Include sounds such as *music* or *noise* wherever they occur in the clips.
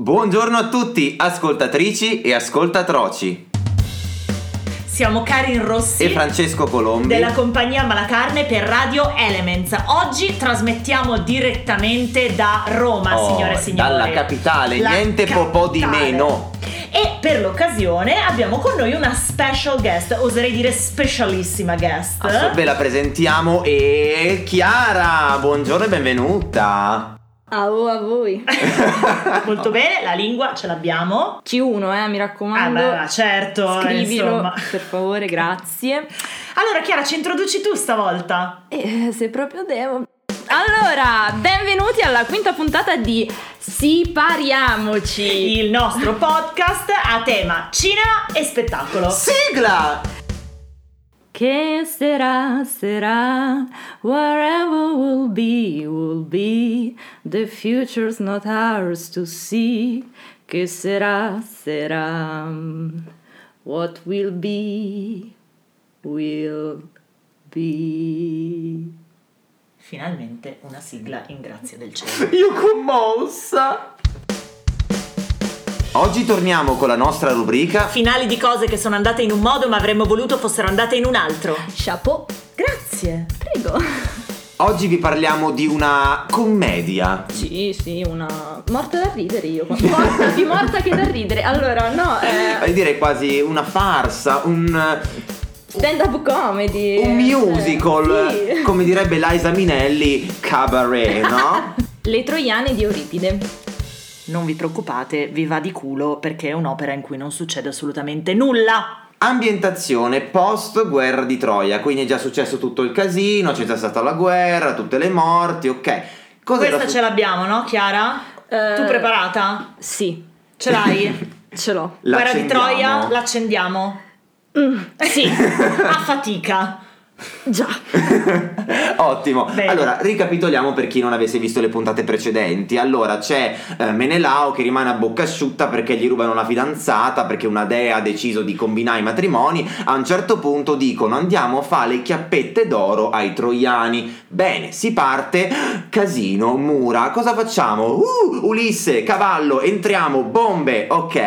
Buongiorno a tutti, ascoltatrici e ascoltatroci. Siamo Karin Rossi E Francesco Colombi. della compagnia Malacarne per Radio Elements. Oggi trasmettiamo direttamente da Roma, Oh, signore e signori. Dalla capitale, La niente popò di capitale. meno. E per l'occasione abbiamo con noi una special guest, oserei dire specialissima guest. Adesso Ve la presentiamo e Chiara, buongiorno e *laughs* benvenuta. Ah, oh, a voi. Molto bene, la lingua ce l'abbiamo. Q1, eh, mi Ah, raccomando. beh, certo, Scrivilo, insomma. per favore, grazie. Allora Chiara, ci introduci tu stavolta? E eh, se proprio devo. Allora, benvenuti alla quinta puntata di Sipariamoci. Il nostro podcast a tema cinema e spettacolo. Sigla! Che sarà, sarà, wherever will be, will be, the future's not ours to see. Che sarà, sarà, what will be, will be. Finalmente una sigla in grazia del cielo. Io commossa. Oggi torniamo con la nostra rubrica Finali di cose che sono andate in un modo ma avremmo voluto fossero andate in un altro. Chapeau, Grazie. prego. Oggi vi parliamo di una commedia. Sì, sì, una... Morta da ridere io. Morta, più morta che da ridere. Allora, no, eh, Voglio dire quasi una farsa, un, stand-up comedy. un musical, Eh, Sì. come direbbe Liza Minelli, cabaret, no? Le troiane di Euripide. Non vi preoccupate, vi va di culo perché è un'opera in cui non succede assolutamente nulla. Ambientazione post guerra di Troia, quindi è già successo tutto il casino, c'è già stata la guerra, tutte le morti, ok. Cos'era Questa su- ce l'abbiamo, no, Chiara? Eh, Tu preparata? Sì, Ce *laughs* l'hai? ce l'ho. Mm, La guerra di accendiamo? Troia? L'accendiamo. Sì, *laughs* A fatica. già. *laughs* Ottimo. Bene. Allora, ricapitoliamo per chi non avesse visto le puntate precedenti. Allora, c'è eh, Menelao che rimane a bocca asciutta perché gli rubano la fidanzata, perché una dea ha deciso di combinare i matrimoni. A un certo punto dicono andiamo a fare le chiappette d'oro ai troiani. Bene, si parte. *gasps* Casino, mura. Cosa facciamo? Uh, Ulisse, cavallo, entriamo, bombe. Ok,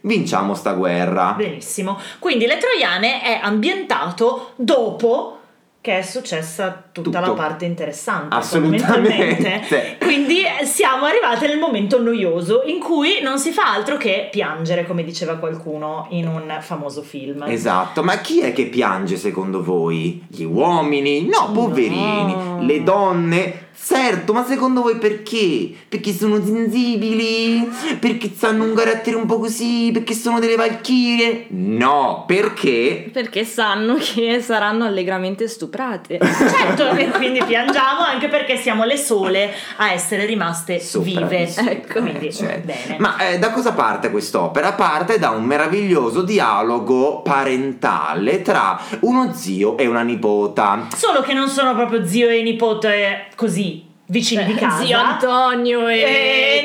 vinciamo sta guerra. Benissimo. Quindi Le Troiane è ambientato dopo che è successa Tutto. tutta la parte interessante. Assolutamente. fondamentalmente. Quindi eh, siamo arrivate nel momento noioso in cui non si fa altro che piangere, come diceva qualcuno in un famoso film. Esatto, ma chi è che piange secondo voi? Gli uomini? No, poverini. No. Le donne? Certo, ma secondo voi perché? Perché sono sensibili? Perché hanno un carattere un po' così? Perché sono delle valchirie? No, perché? Perché sanno che saranno allegramente stuprate. *laughs* Certo, e quindi piangiamo anche perché siamo le sole a essere rimaste vive. Sopravvissute, ecco. Quindi, cioè. bene. Ma eh, da cosa parte quest'opera? Parte da un meraviglioso dialogo parentale tra uno zio e una nipota. Solo che non sono proprio zio e nipote così vicini di casa. Cioè, Zio Antonio e, E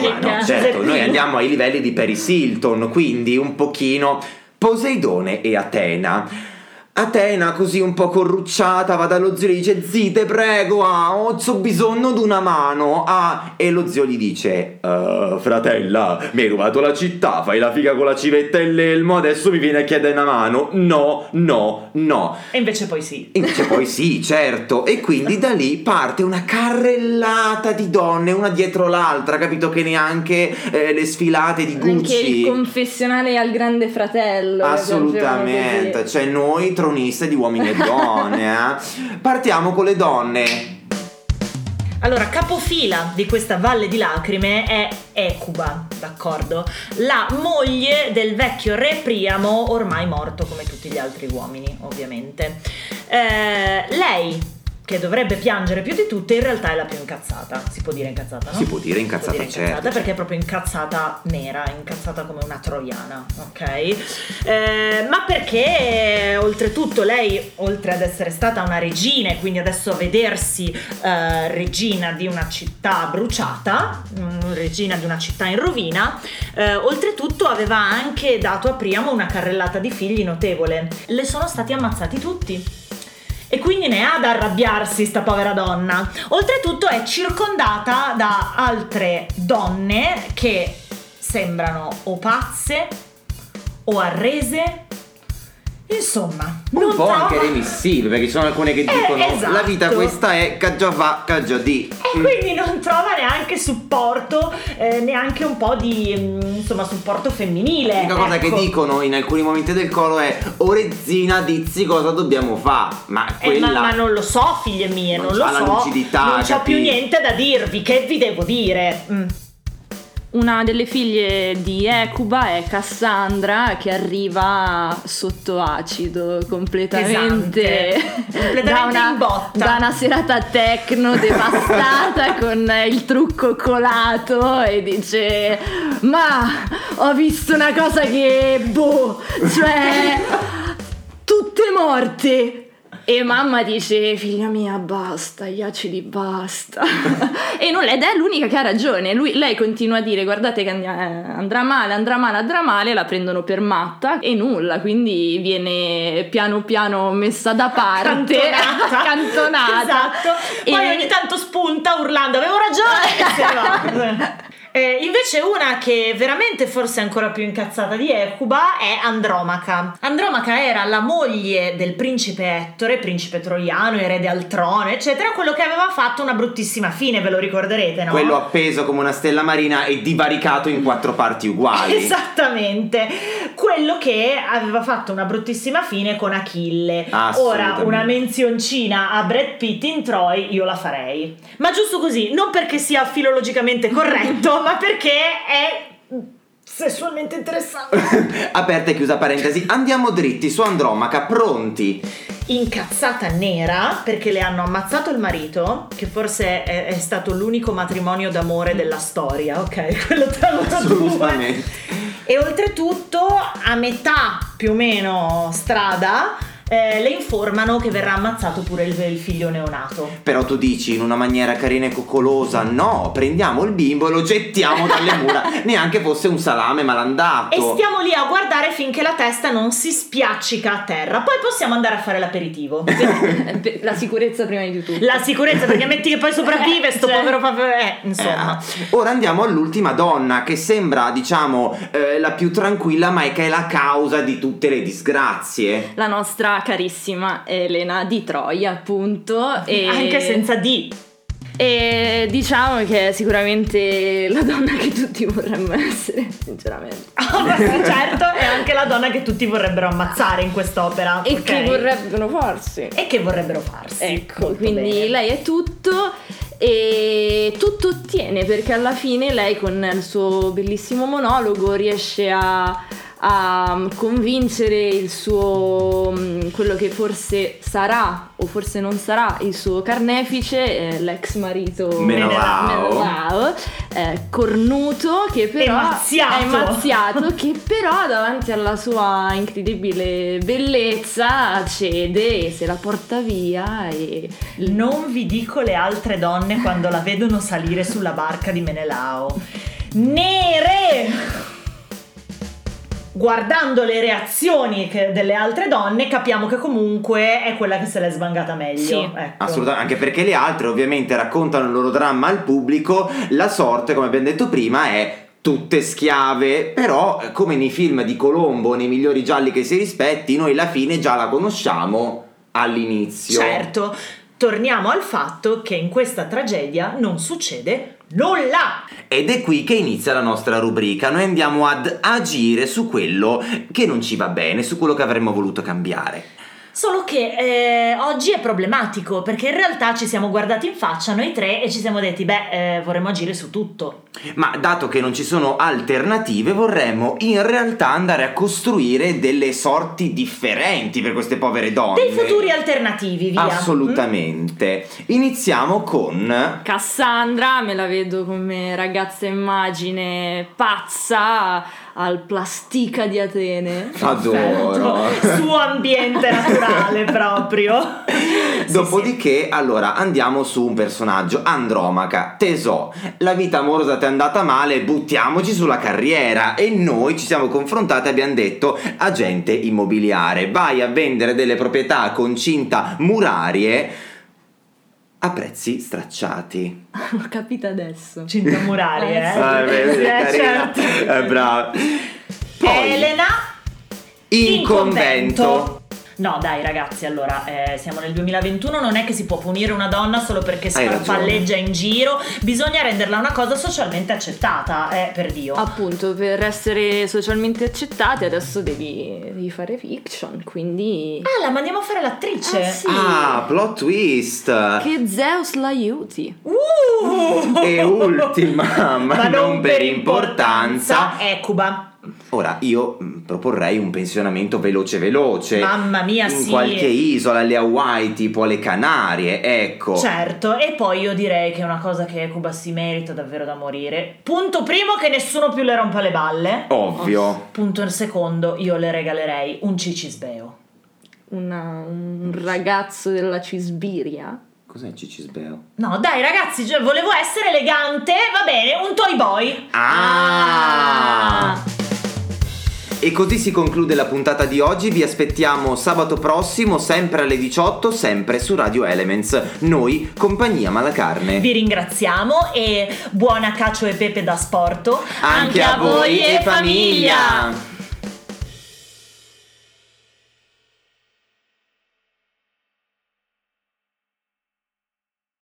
nipote- che Eh, Ma no, cazzo. certo, noi Giuseppino. andiamo ai livelli di Paris Hilton, quindi un pochino Poseidone e Atena. Atena, così un po' corrucciata, va dallo zio e gli dice: Zii, te prego, ah, ho ho bisogno di una mano. Ah, e lo zio gli dice: "Eh, Fratella, mi hai rubato la città, fai la figa con la civetta e l'elmo, adesso mi vieni a chiedere una mano. No, no, no. E invece poi sì. Invece cioè, poi sì, certo, e quindi da lì parte una carrellata di donne, una dietro l'altra, capito che neanche eh, le sfilate di Anche il Gucci. confessionale al grande cioè, fratello. Assolutamente, cioè noi troniste di uomini e donne. eh. Partiamo con le donne. Allora, capofila di questa valle di lacrime è Ecuba, d'accordo? La moglie del vecchio re Priamo, ormai morto come tutti gli altri uomini, ovviamente. Eh, lei, che dovrebbe piangere più di tutte, in realtà è la più incazzata. Si può dire incazzata, no? Si può dire incazzata, dire certo. incazzata perché è proprio incazzata nera, incazzata come una troiana, ok? Eh, ma perché eh, oltretutto lei, oltre ad essere stata una regina e quindi adesso a vedersi eh, regina di una città bruciata, mm, regina di una città in rovina, eh, oltretutto aveva anche dato a Priamo una carrellata di figli notevole. Le sono stati ammazzati tutti. E quindi ne ha da arrabbiarsi sta povera donna. Oltretutto è circondata da altre donne che sembrano o pazze o arrese. Insomma, Un non po' trova- anche remissive, perché ci sono alcune che Eh, dicono esatto. la vita questa è caggia fa, caggia di. E quindi non trova neanche supporto, eh, neanche un po' di mm, insomma, supporto femminile. L'unica cosa ecco. che dicono in alcuni momenti del coro è Orezzina, dizzi cosa dobbiamo fare. Ma Eh, quella. ma, ma non lo so, figlie mie, Non non, lo c'ha la so. lucidità, non c'ho capì? più niente da dirvi. Che vi devo dire? Mm. Una delle figlie di Ecuba è Cassandra che arriva sotto acido completamente, Pesante. Completamente *laughs* da, una, in botta. da una serata tecno *laughs* devastata con il trucco colato e dice ma ho visto una cosa che boh, cioè tutte morte. E mamma dice, figlia mia, basta, gli acidi *laughs* basta. e non, ed è l'unica che ha ragione. Lui- lei continua a dire, guardate che andia- eh, andrà male, andrà male, andrà male, la prendono per matta e nulla. Quindi viene piano piano messa da parte, *laughs* Accantonata. accantonata. Esatto. E- Poi ogni tanto spunta urlando: Avevo ragione. e se ne va. Eh, invece una che veramente forse è ancora più incazzata di Ecuba è Andromaca. Andromaca era la moglie del principe Ettore, principe troiano, erede al trono, eccetera, quello che aveva fatto una bruttissima fine, ve lo ricorderete, no? Quello appeso come una stella marina e divaricato in quattro parti *laughs* uguali. Esatto. Esattamente, quello che aveva fatto una bruttissima fine con Achille. Ora Assolutamente. una menzioncina a Brad Pitt in Troy io la farei. Ma giusto così, non perché sia *laughs* filologicamente corretto, ma perché è sessualmente interessante. *laughs* Aperta e chiusa parentesi, andiamo dritti su Andromaca, pronti. Incazzata nera perché le hanno ammazzato il marito, che forse è, è stato l'unico matrimonio d'amore della storia, ok? *laughs* Quello tra loro due. Assolutamente. E oltretutto a metà più o meno strada eh, le informano che verrà ammazzato pure il, il figlio neonato. Però tu dici in una maniera carina e coccolosa: no, prendiamo il bimbo e lo gettiamo dalle mura. *laughs* Neanche fosse un salame malandato. E stiamo lì a guardare finché la testa non si spiaccica a terra. Poi possiamo andare a fare *laughs* l'aperitivo. Per- La sicurezza prima di tutto. La sicurezza, perché metti che poi sopravvive sto Cioè. povero papà. Eh, insomma. Eh, ora andiamo all'ultima donna che sembra, diciamo, eh, la più tranquilla, ma è che è la causa di tutte le disgrazie. La nostra carissima Elena di Troia, appunto. e- Anche senza di. E diciamo che è sicuramente la donna che tutti vorremmo essere, sinceramente. *laughs* Ah, ma sì, certo, è anche la donna che tutti vorrebbero ammazzare in quest'opera. E ok? che vorrebbero farsi. e che vorrebbero farsi. Ecco, Molto quindi bene. lei è tutto e tutto ottiene perché alla fine lei con il suo bellissimo monologo riesce a, a mm, convincere il suo, mh, quello che forse sarà o forse non sarà il suo carnefice, eh, l'ex marito Menovao. Menovao, eh, cornuto che però Emaziato. è emaziato, che però davanti alla sua incredibile bellezza cede e se la porta via e Non vi dico le altre donne quando la vedono salire sulla barca di Menelao. Nere! Guardando le reazioni che- delle altre donne, capiamo che comunque è quella che se l'è svangata meglio. Sì. ecco. Assolutamente, anche perché le altre ovviamente raccontano il loro dramma al pubblico, la sorte, come abbiamo detto prima, è tutte schiave, però eh, come nei film di Colombo, nei migliori gialli che si rispetti, noi la fine già la conosciamo all'inizio. Certo, torniamo al fatto che in questa tragedia non succede nulla. Ed è qui che inizia la nostra rubrica, noi andiamo ad agire su quello che non ci va bene, su quello che avremmo voluto cambiare. Solo che eh, oggi è problematico perché in realtà ci siamo guardati in faccia noi tre e ci siamo detti, beh, eh, vorremmo agire su tutto. Ma dato che non ci sono alternative, vorremmo in realtà andare a costruire delle sorti differenti per queste povere donne. Dei futuri ah. Mm. alternativi, via. Assolutamente. Iniziamo con Cassandra me la vedo come ragazza immagine pazza al plastica di Atene. Mm, *laughs* perfetto. Adoro. Suo ambiente naturale proprio. sì, Dopodiché, allora andiamo su un personaggio, Andromaca, Tesò. La vita amorosa ti è andata male, buttiamoci sulla carriera. E noi ci siamo confrontati e abbiamo detto: agente immobiliare, vai a vendere delle proprietà con cinta murarie a prezzi stracciati. L'ho capita adesso. Cinta murale, eh. Eh, sì. Ah, beh, sì, Eh, carina. certo. Eh, brava. Poi, Elena in convento. No, dai ragazzi, allora eh, siamo nel 2021, non è che si può punire una donna solo perché Hai ragione. sfarfalleggia in giro, bisogna renderla una cosa socialmente accettata, eh, per Dio. Ah. Appunto, per essere socialmente accettati adesso devi, devi fare fiction, quindi... Ah, la mandiamo a fare l'attrice. Ah, sì. Ah, plot twist. Che Zeus l'aiuti. Uh! E *laughs* ultima, ma, non per importanza. è Cuba. Ora io mh, proporrei un pensionamento veloce veloce. Mamma mia, in sì. eh, qualche isola, alle Hawaii, tipo alle Canarie, ecco. Certo, e poi io direi che è una cosa che Cuba si merita davvero da morire. Punto primo che nessuno più le rompa le balle. Ovvio. Punto secondo, io le regalerei un cicisbeo. Una- un ragazzo della Cisbiria. Cos'è Cicisbeo? No, dai ragazzi, cioè, volevo essere elegante, va bene, un toy boy. Ah! E così si conclude la puntata di oggi. Vi aspettiamo sabato prossimo, sempre alle 18, sempre su Radio Elements. Noi, compagnia Malacarne. Vi ringraziamo e buona cacio e pepe da sporto Anche a voi e famiglia.